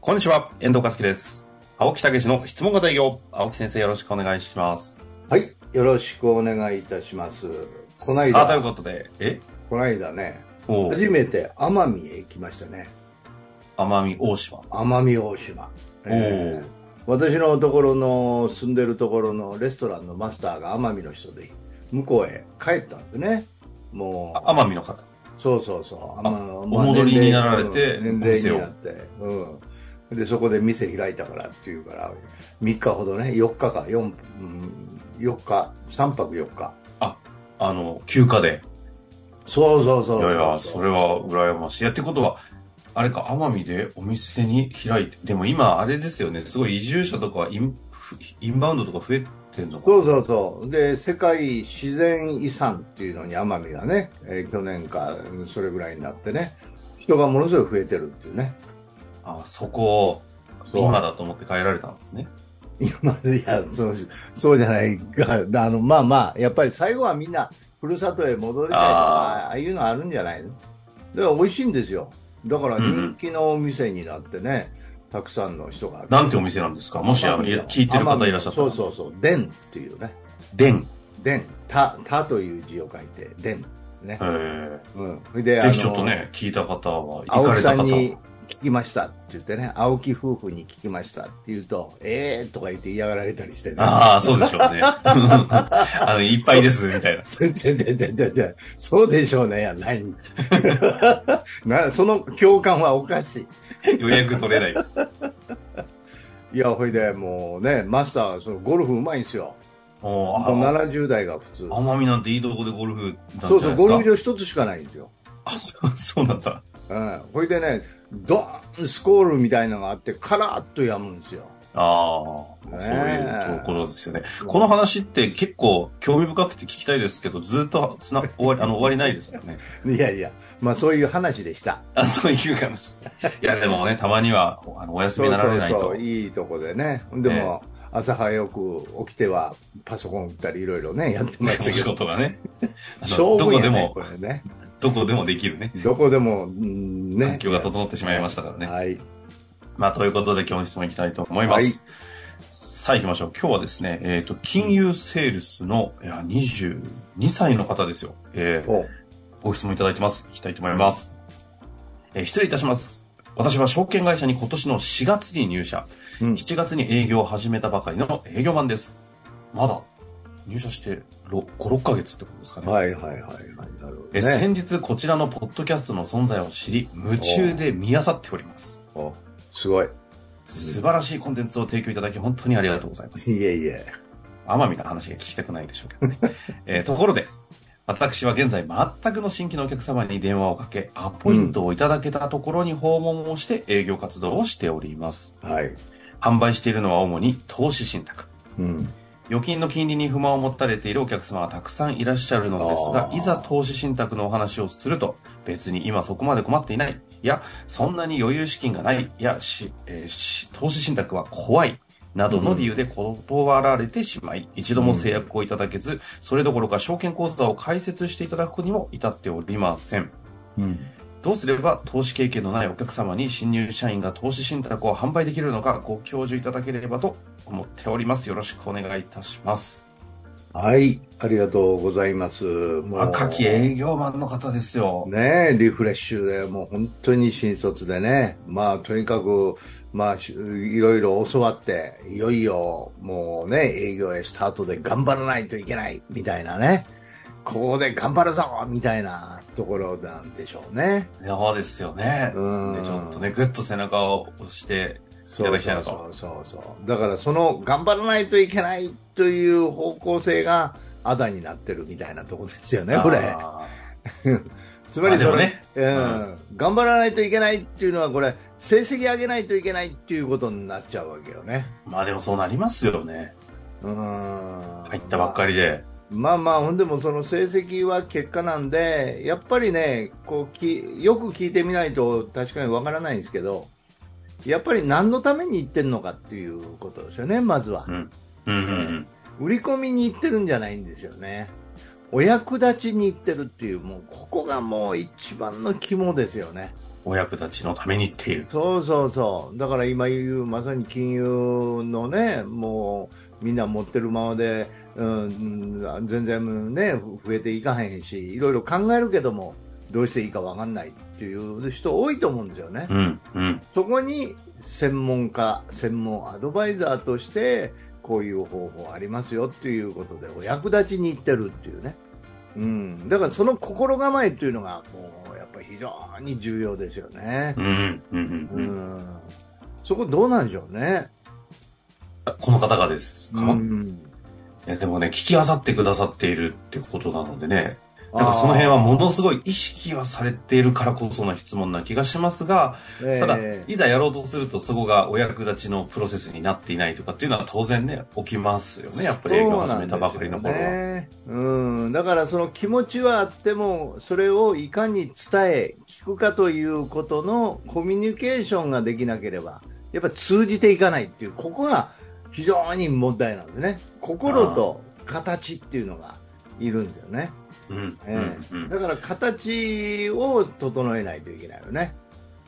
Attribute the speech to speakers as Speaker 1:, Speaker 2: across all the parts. Speaker 1: こんにちは、遠藤和樹です。青木武の質問型営業、青木先生よろしくお願いします。
Speaker 2: はい、よろしくお願いいたします。こない
Speaker 1: あ、という
Speaker 2: だ、
Speaker 1: ことで、え
Speaker 2: こないだね、
Speaker 1: おう
Speaker 2: 初めて奄美へ行きましたね。
Speaker 1: 奄美大島。
Speaker 2: 奄美大島。えー私のところの住んでるところのレストランのマスターが奄美の人で向こうへ帰ったんでねもう
Speaker 1: あ奄美の方。
Speaker 2: そうそうそう
Speaker 1: あ
Speaker 2: まあ
Speaker 1: お戻りになられて
Speaker 2: うん
Speaker 1: お
Speaker 2: 年
Speaker 1: 店
Speaker 2: 齢
Speaker 1: を
Speaker 2: になって、うん、でそこで店開いたからっていうから3日ほどね4日か4、うん、4日3泊4日
Speaker 1: あの、休暇で。
Speaker 2: そうそうそう
Speaker 1: い
Speaker 2: そう
Speaker 1: やいや、それは羨ましい。いや、ってことは、あれか、奄美でお店に開いて、でも今、あれですよね、すごい移住者とかイン、インバウンドとか増えてんのかな
Speaker 2: そうそうそう。で、世界自然遺産っていうのに奄美がね、えー去年か、うんそれぐらいになってね、人がものすごい増えてるっていうね。
Speaker 1: あ、そこを、
Speaker 2: そう
Speaker 1: 今だと思って帰られたんですね。
Speaker 2: 今、いや、そう、そうじゃないか。あの、まあまあ、やっぱり最後はみんな、ふるさとへ戻りたいとか、
Speaker 1: あー
Speaker 2: ああいうのあるんじゃないのだから美味しいんですよ。だから人気のお店になってね、たくさんの人が。
Speaker 1: なんてお店なんですかもし、あの、いや聞いてる方いらっしゃった
Speaker 2: そ
Speaker 1: ら
Speaker 2: う。そうそう。でんっていうね。
Speaker 1: でん。
Speaker 2: でん。た、たという字を書いて、でん。ね。
Speaker 1: え
Speaker 2: うん、
Speaker 1: ー、
Speaker 2: であ
Speaker 1: ぜ
Speaker 2: の
Speaker 1: ひちょっとね、聞いた方は、行
Speaker 2: 青
Speaker 1: か
Speaker 2: 木
Speaker 1: れ
Speaker 2: さ
Speaker 1: た
Speaker 2: ん
Speaker 1: 方
Speaker 2: に聞きましたって言ってね青木夫婦に聞きましたって言うとええー、とか言って嫌がられたりしてね
Speaker 1: ああ、そうでしょうね。 あの、いっぱいです、みたいな。
Speaker 2: ででででで そうでしょうねやない なその共感はおかし
Speaker 1: 予約取れない。
Speaker 2: いいやほいでもうねマスターそのゴルフうまいんですよ
Speaker 1: も
Speaker 2: もう
Speaker 1: う、あ
Speaker 2: 70代が普通
Speaker 1: 奄美なんていいとこでゴルフなんじ
Speaker 2: そ
Speaker 1: ゃない
Speaker 2: うそう
Speaker 1: です
Speaker 2: ゴル
Speaker 1: か
Speaker 2: フ場一つしかないんですよ
Speaker 1: あ、そうそうなんだ。
Speaker 2: うん、ほいでねドーンスコールみたいなのがあってカラッとやむんですよ
Speaker 1: ああ、
Speaker 2: ねえ
Speaker 1: そういうところですよね。この話って結構興味深くて聞きたいですけど、ずっとつな終わり、あの、終わりないですよね。
Speaker 2: いやいやまあそういう話でした
Speaker 1: あ、そういう感じ。いや、でもね、たまには、あの、お休みになられないと。
Speaker 2: そうそうそういいとこでねでも、朝早く起きてはパソコン打ったりいろいろねやってました
Speaker 1: お仕
Speaker 2: けど
Speaker 1: 事がね。あの
Speaker 2: 勝
Speaker 1: ど
Speaker 2: 負
Speaker 1: こ
Speaker 2: や
Speaker 1: で
Speaker 2: ね
Speaker 1: も
Speaker 2: こ、れね
Speaker 1: どこでもできるね。
Speaker 2: どこでも、うんね
Speaker 1: 環境が整ってしまいましたからね。
Speaker 2: はい
Speaker 1: まあ、ということで今日の質問いきたいと思います。
Speaker 2: はい
Speaker 1: さあ行きましょう。今日はですね、えっ、と、金融セールスの、いや、22歳の方ですよ。えー
Speaker 2: お
Speaker 1: ご質問いただいてます。いきたいと思います。えー失礼いたします。私は証券会社に今年の4月に入社、
Speaker 2: うん
Speaker 1: 7月に営業を始めたばかりの営業マンです。まだ入社して5、6ヶ月ってことですかね。
Speaker 2: はいはいはいはいなるほど
Speaker 1: えー
Speaker 2: ね
Speaker 1: 先日こちらのポッドキャストの存在を知り、夢中で見漁っております。
Speaker 2: おすごい
Speaker 1: 素晴らしいコンテンツを提供いただき本当にありがとうございま
Speaker 2: い
Speaker 1: す。
Speaker 2: えいえ
Speaker 1: 奄美の話が聞きたくないでしょうけどね。えーところで、私は現在全くの新規のお客様に電話をかけ、アポイントをいただけたところに訪問をして営業活動をしております。
Speaker 2: はい
Speaker 1: 販売しているのは主に投資信託。
Speaker 2: うん
Speaker 1: 預金の金利に不満を持たれているお客様がたくさんいらっしゃるのですが
Speaker 2: あ、ー
Speaker 1: いざ投資信託のお話をすると、別に今そこまで困っていない、いや、そんなに余裕資金がない、いや、しえーし投資信託は怖い、などの理由で断られてしまい、一度も制約をいただけず、それどころか証券口座を開設していただくにも至っておりません。
Speaker 2: うん
Speaker 1: どうすれば投資経験のないお客様に新入社員が投資信託を販売できるのかご教授いただければと思っております。よろしくお願いいたします。
Speaker 2: はいありがとうございますもう
Speaker 1: 若き営業マンの方ですよ。
Speaker 2: ねえ、リフレッシュで、もう本当に新卒でね、まあとにかく、まあしいろいろ教わって、いよいよもうね、営業へスタートで頑張らないといけない、みたいなね、ここで頑張るぞみたいなところなんでしょうね。
Speaker 1: そうですよね。
Speaker 2: うん
Speaker 1: で、ちょっとね、ぐっと背中を押して、い
Speaker 2: そ
Speaker 1: た
Speaker 2: う
Speaker 1: だきたい
Speaker 2: そ
Speaker 1: な
Speaker 2: う
Speaker 1: と
Speaker 2: そうそうそう。だからその頑張らないといけないという方向性が、あだになってるみたいなとこですよね、これ。
Speaker 1: あ
Speaker 2: つまりそ
Speaker 1: まあでも
Speaker 2: れ、
Speaker 1: ね
Speaker 2: うん頑張らないといけないっていうのはこれ成績上げないといけないっていうことになっちゃうわけよね。
Speaker 1: ーまあでもそうなりますよね。
Speaker 2: うん
Speaker 1: 入ったばっかりで。
Speaker 2: まあまあほんでもその成績は結果なんでやっぱりねこうきよく聞いてみないと確かにわからないんですけどやっぱり何のために行ってるのかっていうことですよねまずは
Speaker 1: う、ん。うんうんうん。
Speaker 2: 売り込みに行ってるんじゃないんですよねお役立ちに行ってるっていうもうここがもう一番の肝ですよね。
Speaker 1: お役立ちのためにっていう。
Speaker 2: そうそうそう。だから今言う、まさに金融のね、もう、みんな持ってるままで、うん、うん全然ね、増えていかへんし、いろいろ考えるけども、どうしていいかわかんないっていう人多いと思うんですよね。
Speaker 1: うん、うん。
Speaker 2: そこに、専門家、専門アドバイザーとして、こういう方法ありますよっていうことで、お役立ちに行ってるっていうね。うん。だからその心構えっていうのが、もう、やっぱり非常に重要ですよね。
Speaker 1: うん、うん、
Speaker 2: う
Speaker 1: うんうん。
Speaker 2: んそこどうなんでしょうね。
Speaker 1: あこの方がですか、
Speaker 2: うん
Speaker 1: いやでもね、聞きあさってくださっているってことなのでね、なんかその辺はものすごい意識はされているからこそな質問な気がしますが、
Speaker 2: あー
Speaker 1: ただ
Speaker 2: え、え
Speaker 1: いざやろうとするとそこがお役立ちのプロセスになっていないとかっていうのは当然ね、起きますよね。やっぱり映画を始めたばかりの頃
Speaker 2: そう
Speaker 1: は。
Speaker 2: なんですよねうん、だからその気持ちはあっても、それをいかに伝え、聞くかということのコミュニケーションができなければ、やっぱ通じていかないっていう、ここが非常に問題なんですね。心と形っていうのがいるんですよね。
Speaker 1: うん、う
Speaker 2: え
Speaker 1: ん、
Speaker 2: え
Speaker 1: うん。
Speaker 2: だから形を整えないといけないよね。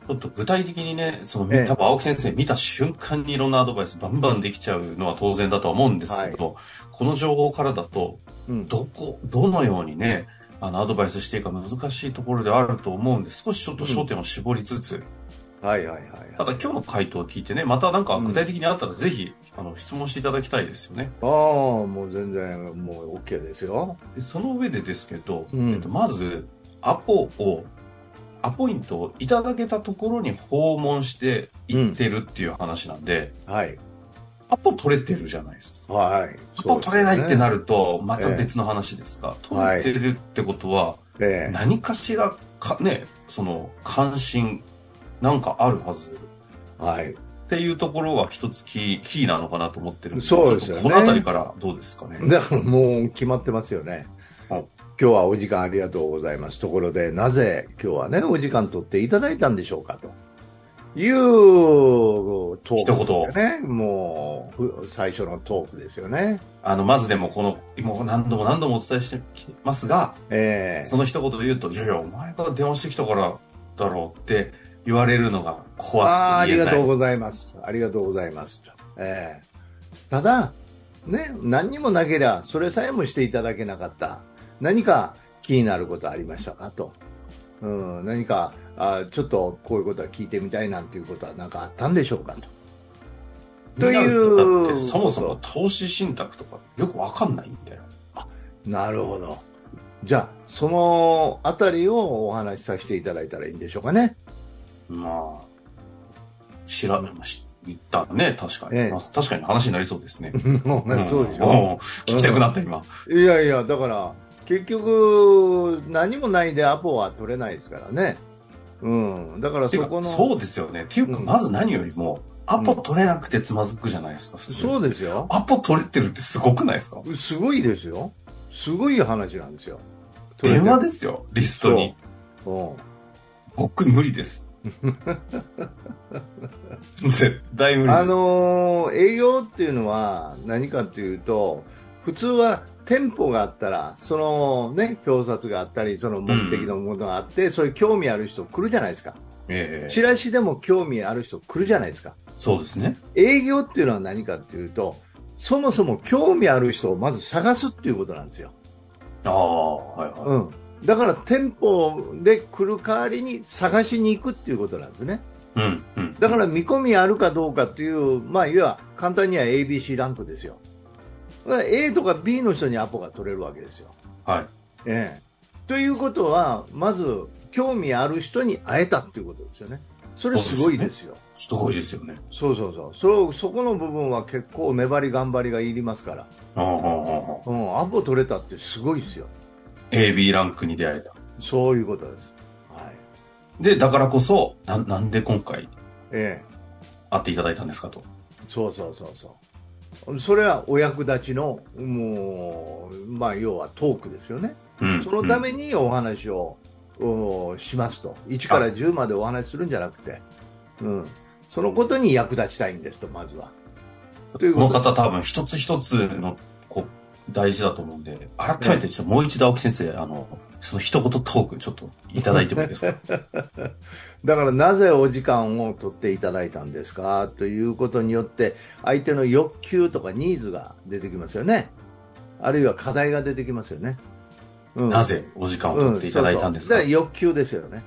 Speaker 1: ちょっと具体的にね、その、
Speaker 2: ええ
Speaker 1: 多分青木先生見た瞬間にいろんなアドバイスバンバンできちゃうのは当然だとは思うんですけど、この情報からだと、
Speaker 2: うん、
Speaker 1: どこ、どのようにね、あの、アドバイスしていいか難しいところではあると思うんで、少しちょっと焦点を絞りつつ、
Speaker 2: はいはいはいはい。
Speaker 1: ただ今日の回答を聞いてね、またなんか具体的にあったらぜひ、あの、質問していただきたいですよね。
Speaker 2: ああ、もう全然、もう OK ですよ。
Speaker 1: でその上でですけど、
Speaker 2: うん
Speaker 1: えっと、まず、アポを、アポイントをいただけたところに訪問して行ってるっていう話なんで、
Speaker 2: はい。
Speaker 1: アポ取れてるじゃないですか。
Speaker 2: はい。
Speaker 1: アポ取れないってな
Speaker 2: る。
Speaker 1: ると、また別の話ですが、
Speaker 2: はい
Speaker 1: 取れてるってことは、
Speaker 2: ええ
Speaker 1: 何かしらか、ね、その、関心、なんかあるはず。
Speaker 2: はい。
Speaker 1: っていうところが一つキー、キーなのかなと思ってるん
Speaker 2: そうですよね
Speaker 1: ちょっとこのあたりからどうですかね。
Speaker 2: だからもう決まってますよね。
Speaker 1: はい
Speaker 2: 今日はお時間ありがとうございます。ところで、なぜ今日はね、お時間取っていただいたんでしょうかと。いう、トークですよね。もう、ふ最初のトークですよね。
Speaker 1: あの、まずでもこの、もう何度も何度もお伝えしてきてますが、
Speaker 2: ええ
Speaker 1: その一言で言うと、いやいや、お前が電話してきたからだろうって言われるのが怖くて
Speaker 2: ああーあり
Speaker 1: 言えな
Speaker 2: が
Speaker 1: い。
Speaker 2: とうございます。ありがとうございます。ええただ、ね、何にもなけりゃ、それさえもしていただけなかった。何か気になることありましたかと。うん、何かあー、ちょっとこういうことは聞いてみたいなんていうことは何かあったんでしょうかと。とい
Speaker 1: だっ
Speaker 2: う
Speaker 1: て、そもそも投資信託とかよくわかんないんだよ。
Speaker 2: なるほど。じゃあ、そのあたりをお話しさせていただいたらいいんでしょうかね。
Speaker 1: まあ、調べました。言ったね、確かに、
Speaker 2: ええ
Speaker 1: まあ確かに話になりそう ですね。
Speaker 2: もうねそうでしょ。
Speaker 1: ょ。聞きたくなった、今。
Speaker 2: いやいや、だから、結局、何もないでアポは取れないですからね。うん。だから
Speaker 1: て
Speaker 2: そ
Speaker 1: か
Speaker 2: この、
Speaker 1: そうですよね。っていうか、
Speaker 2: うん
Speaker 1: まず何よりも、アポ取れなくてつまずくじゃないですか、普通。
Speaker 2: そうですよ。
Speaker 1: アポ取れてるってすごくないですか
Speaker 2: すごいですよ。すごい話なんですよ。
Speaker 1: 電話
Speaker 2: で
Speaker 1: ですよ、リストに。
Speaker 2: そ
Speaker 1: 僕無理です。 絶対無理
Speaker 2: うん
Speaker 1: です。
Speaker 2: あのー営業っていうのは何かっていうと、普通は店舗があったら、そのね、表札があったり、その目的のものがあって、そういう興味ある人来るじゃないですか。
Speaker 1: ええ
Speaker 2: チラシでも興味ある人来るじゃないですか。
Speaker 1: そうですね。
Speaker 2: 営業っていうのは何かっていうと、そもそも興味ある人をまず探すっていうことなんですよ。
Speaker 1: ああ、はいはい。
Speaker 2: うん。だから店舗で来る代わりに探しに行くっていうことなんですね。
Speaker 1: うん、うん。
Speaker 2: だから見込みあるかどうかっていう、まあ、いわば簡単には ABC ランクですよ。だから A とか B の人にアポが取れるわけですよ。
Speaker 1: はい。
Speaker 2: ええ。ということは、まず興味ある人に会えたっていうことですよね。それすごいですよ。
Speaker 1: すごいですよね。
Speaker 2: そうそうそう。そそこの部分は結構粘り頑張りがいりますから。
Speaker 1: ああ、ああああ
Speaker 2: うん、アポ取れたってすごいですよ。
Speaker 1: AB ランクに出会えた。
Speaker 2: そういうことです。はい。
Speaker 1: で、だからこそ、ななんで今回
Speaker 2: え
Speaker 1: 会っていただいたんですかと。
Speaker 2: え、そうそうそうそう。それはお役立ちの、もう、まあ、要はトークですよね。
Speaker 1: うん。
Speaker 2: そのた
Speaker 1: うん
Speaker 2: めにお話を、おしますと。1から10までお話しするんじゃなくて、うん。そのことに役立ちたいんですと、まずは。という
Speaker 1: こ
Speaker 2: こ
Speaker 1: の
Speaker 2: と
Speaker 1: 方多分一つ一つの、こう、大事だと思うんで、改めてちょっともう一度青木先生、あの、その一言トークちょっといただいてもいいですか
Speaker 2: だからなぜお時間を取っていただいたんですかということによって相手の欲求とかニーズが出てきますよねあるいは課題が出てきますよね、 うん
Speaker 1: なぜお時間を取っていただいたんですか、
Speaker 2: うんそうそうだから欲求ですよね、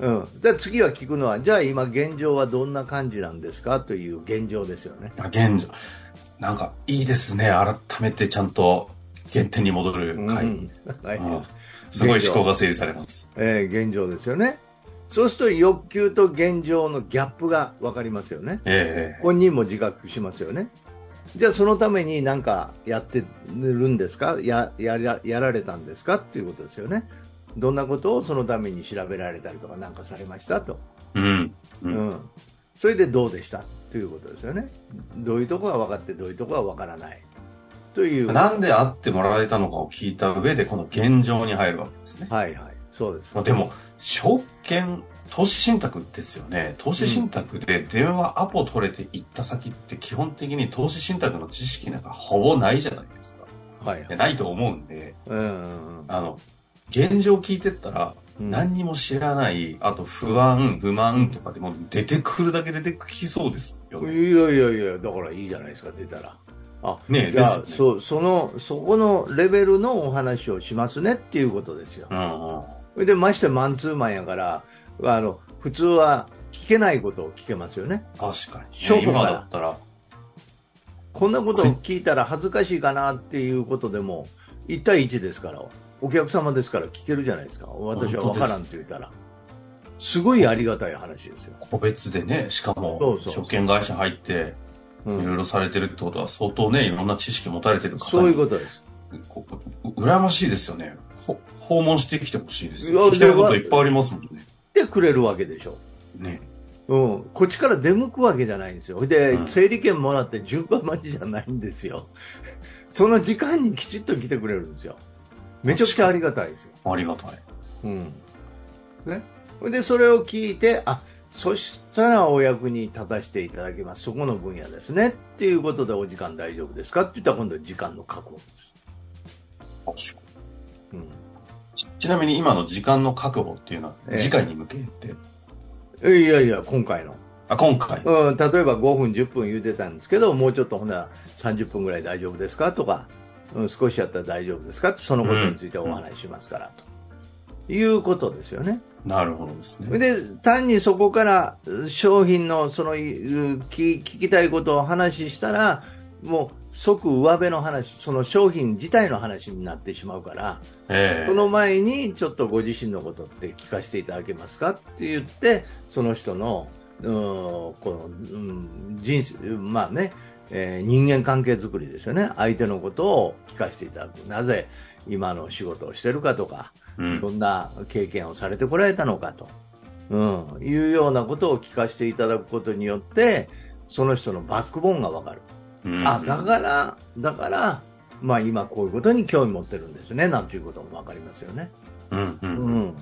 Speaker 2: うん、で次は聞くのはじゃあ今現状はどんな感じなんですかという現状ですよね
Speaker 1: 現状、なんかいいですね。改めてちゃんと原点に戻る回。
Speaker 2: うんはい
Speaker 1: うんすごい思考が整理されます。
Speaker 2: えー現状ですよねそうすると欲求と現状のギャップが分かりますよね
Speaker 1: ええ
Speaker 2: 本人も自覚しますよねじゃあそのために何かやってるんですかややらやられたんですかっていうことですよねどんなことをそのために調べられたりとか何かされましたと、
Speaker 1: うん。う。
Speaker 2: うんん、それでどうでしたということですよねどういうとこが分かってどういうとこが分からないというは
Speaker 1: なんで会ってもらえたのかを聞いた上で、この現状に入るわけですね。
Speaker 2: いはいそうです
Speaker 1: まあでも、証券、投資信託ですよね。投資信託で電話アポ取れて行った先って基本的に投資信託の知識なんかほぼないじゃないですか。
Speaker 2: はいはい
Speaker 1: でないと思うんで、
Speaker 2: うんうんうん
Speaker 1: あの、現状聞いてったら、
Speaker 2: うん
Speaker 1: 何にも知らない、あと不安、不満とかでも出てくるだけ出てきそうですよね。
Speaker 2: いやいやいやだからいいじゃないですか出たらあ
Speaker 1: ねえ
Speaker 2: じゃあ、
Speaker 1: ですよ
Speaker 2: そうそのそこのレベルのお話をしますねっていうことですよ
Speaker 1: うんうん。
Speaker 2: それでましてマンツーマンやからあの普通は聞けないことを聞けますよね
Speaker 1: 確かに、
Speaker 2: 初歩から
Speaker 1: 今だったら、
Speaker 2: こんなことを聞いたら恥ずかしいかなっていうことでも1対1ですからお客様ですから聞けるじゃないですか私は分からんって言ったらすごいありがたい話ですよ、
Speaker 1: 個別でね、しか
Speaker 2: そ
Speaker 1: も
Speaker 2: う、そうそう
Speaker 1: 証券会社入って、
Speaker 2: う
Speaker 1: いろ
Speaker 2: ん
Speaker 1: いろされてるってことは、相当ね、いろんな知識持たれてる方に
Speaker 2: そういうことです
Speaker 1: こう羨ましいですよね。ほ訪問してきてほしいです
Speaker 2: いや
Speaker 1: よ。聞きたいこといっぱいありますもんね。
Speaker 2: 来てくれるわけでしょ
Speaker 1: ね。
Speaker 2: うん、こっちから出向くわけじゃないんですよ。で、
Speaker 1: うん
Speaker 2: 整理券もらって順番待ちじゃないんですよ。その時間にきちっと来てくれるんですよ。めちゃくちゃありがたいですよ。
Speaker 1: ありがたい。
Speaker 2: うん。ね。で、それを聞いて、あ、そしたらお役に立たせていただきます。そこの分野ですね。っていうことでお時間大丈夫ですかって言ったら今度は時間の確保です。
Speaker 1: 確かに
Speaker 2: うん。
Speaker 1: ちちなみに今の時間の確保っていうのは、
Speaker 2: ええ
Speaker 1: 次回に向けて、
Speaker 2: えいやいや、今回の。
Speaker 1: あ、今回。
Speaker 2: うん、例えば5分、10分言うてたんですけど、もうちょっとほな30分ぐらい大丈夫ですかとか、うん、少しやったら大丈夫ですかそのことについてお話ししますから、ということですよね。
Speaker 1: なるほどですね。
Speaker 2: で、単にそこからうん商品のそのいうん聞聞きたいことを話したら、もう即上辺の話、その商品自体の話になってしまうから、
Speaker 1: ええ
Speaker 2: その前にちょっとご自身のことって聞かせていただけますかって言ってその人のうんこの、うん、人生まあね、えー人間関係づくりですよね相手のことを聞かせていただくなぜ今の仕事をしてるかとか
Speaker 1: うん
Speaker 2: どんな経験をされてこられたのかと、うん、いうようなことを聞かせていただくことによってその人のバックボーンがわかる。
Speaker 1: うん
Speaker 2: あだから、だから、まあ、今こういうことに興味持ってるんですねなんていうことも分かりますよね。
Speaker 1: うんうん
Speaker 2: う。ん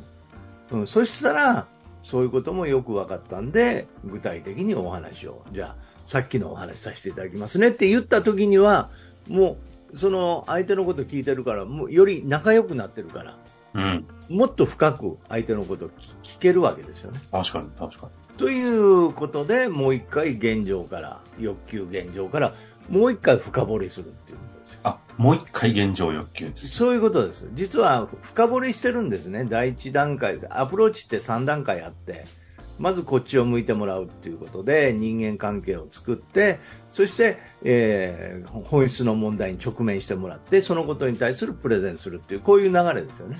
Speaker 2: うん、そしたら、そういうこともよく分かったんで、具体的にお話を、じゃあ、さっきのお話させていただきますねって言った時には、もう、その相手のこと聞いてるから、もうより仲良くなってるから、
Speaker 1: うん。
Speaker 2: もっと深く相手のことを聞聞けるわけですよね。
Speaker 1: 確かに、確か
Speaker 2: ということで、もう一回現状から、欲求現状から、もう一回深掘りするっていうことですよ。
Speaker 1: に。あ、もう一回現状欲求です。
Speaker 2: そういうことです。実は深掘りしてるんですね。第一段階です。アプローチって3段階あって、まずこっちを向いてもらうっていうことで人間関係を作って、そして、えー本質の問題に直面してもらって、そのことに対するプレゼンするっていう、こういう流れですよね。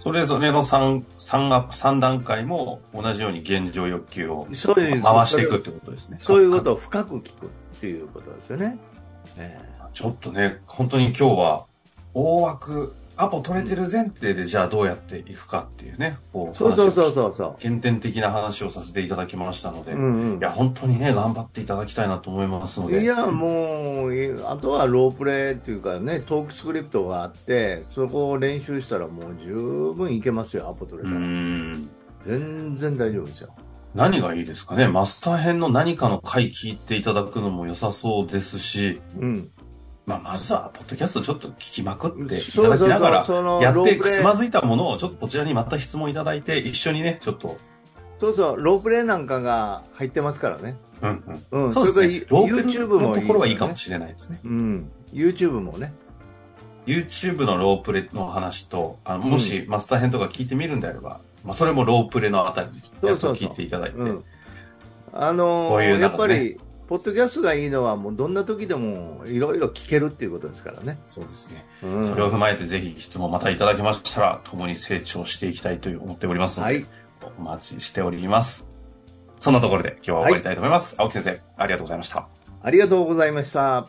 Speaker 1: それぞれの三三が三段階も同じように現状欲求を
Speaker 2: そうです
Speaker 1: 回していくってことですね。
Speaker 2: そういうこ
Speaker 1: か。
Speaker 2: とを深く聞くっていうことですよね。え
Speaker 1: ちょっとね、本当に今日は、大枠、アポ取れてる前提で、じゃあどうやっていくかっていうね、こ
Speaker 2: ー
Speaker 1: う、
Speaker 2: そうそうそう
Speaker 1: う。
Speaker 2: そうそ
Speaker 1: 原点的な話をさせていただきましたので、
Speaker 2: う。うんうん
Speaker 1: いや、本当にね、頑張っていただきたいなと思いますので。
Speaker 2: いやもうえあとはロープレーというかねトークスクリプトがあってそこを練習したらもう十分いけますよアポ取
Speaker 1: う
Speaker 2: れたら、
Speaker 1: ん。
Speaker 2: 全然大丈夫ですよ
Speaker 1: 何がいいですかねマスター編の何かの回聞いていただくのも良さそうですし、
Speaker 2: うん
Speaker 1: まあ、まずは、ポッドキャストちょっと聞きまくっていた
Speaker 2: そう
Speaker 1: だき
Speaker 2: そう
Speaker 1: ながら、
Speaker 2: その
Speaker 1: やっ
Speaker 2: ロー
Speaker 1: て、
Speaker 2: プレ
Speaker 1: つ
Speaker 2: イ
Speaker 1: まずいたものを、ちょっとこちらにまた質問いただいて、一緒にね、ちょっと、
Speaker 2: そうそう、ロープレイなんかが入ってますからね。
Speaker 1: うんうん。
Speaker 2: うん、
Speaker 1: そうですね。ロ
Speaker 2: れ
Speaker 1: ー
Speaker 2: から
Speaker 1: プレ
Speaker 2: YouTube も
Speaker 1: のところはいいかも
Speaker 2: し
Speaker 1: しれないですね。
Speaker 2: れない。うん。YouTube もね。
Speaker 1: YouTube のロープレの話と、あのもしマスター編とか聞いてみるんであれば、まあ、それもロープレのあたりのやつを聞いていただいて。
Speaker 2: うん。あのー
Speaker 1: こういう
Speaker 2: や
Speaker 1: なん
Speaker 2: っ
Speaker 1: か
Speaker 2: ぱ
Speaker 1: ね
Speaker 2: り、ポッドキャストがいいのは、もうどんな時でもいろいろ聞けるっていうことですからね。
Speaker 1: そうですね。
Speaker 2: うん。
Speaker 1: それを踏まえて、ぜひ質問またいただけましたら、共に成長していきたいという思っておりますので、
Speaker 2: はい。
Speaker 1: お待ちしております。そんなところで今日は終わりたいと思います。青木先生、ありがとうございました。
Speaker 2: ありがとうございました。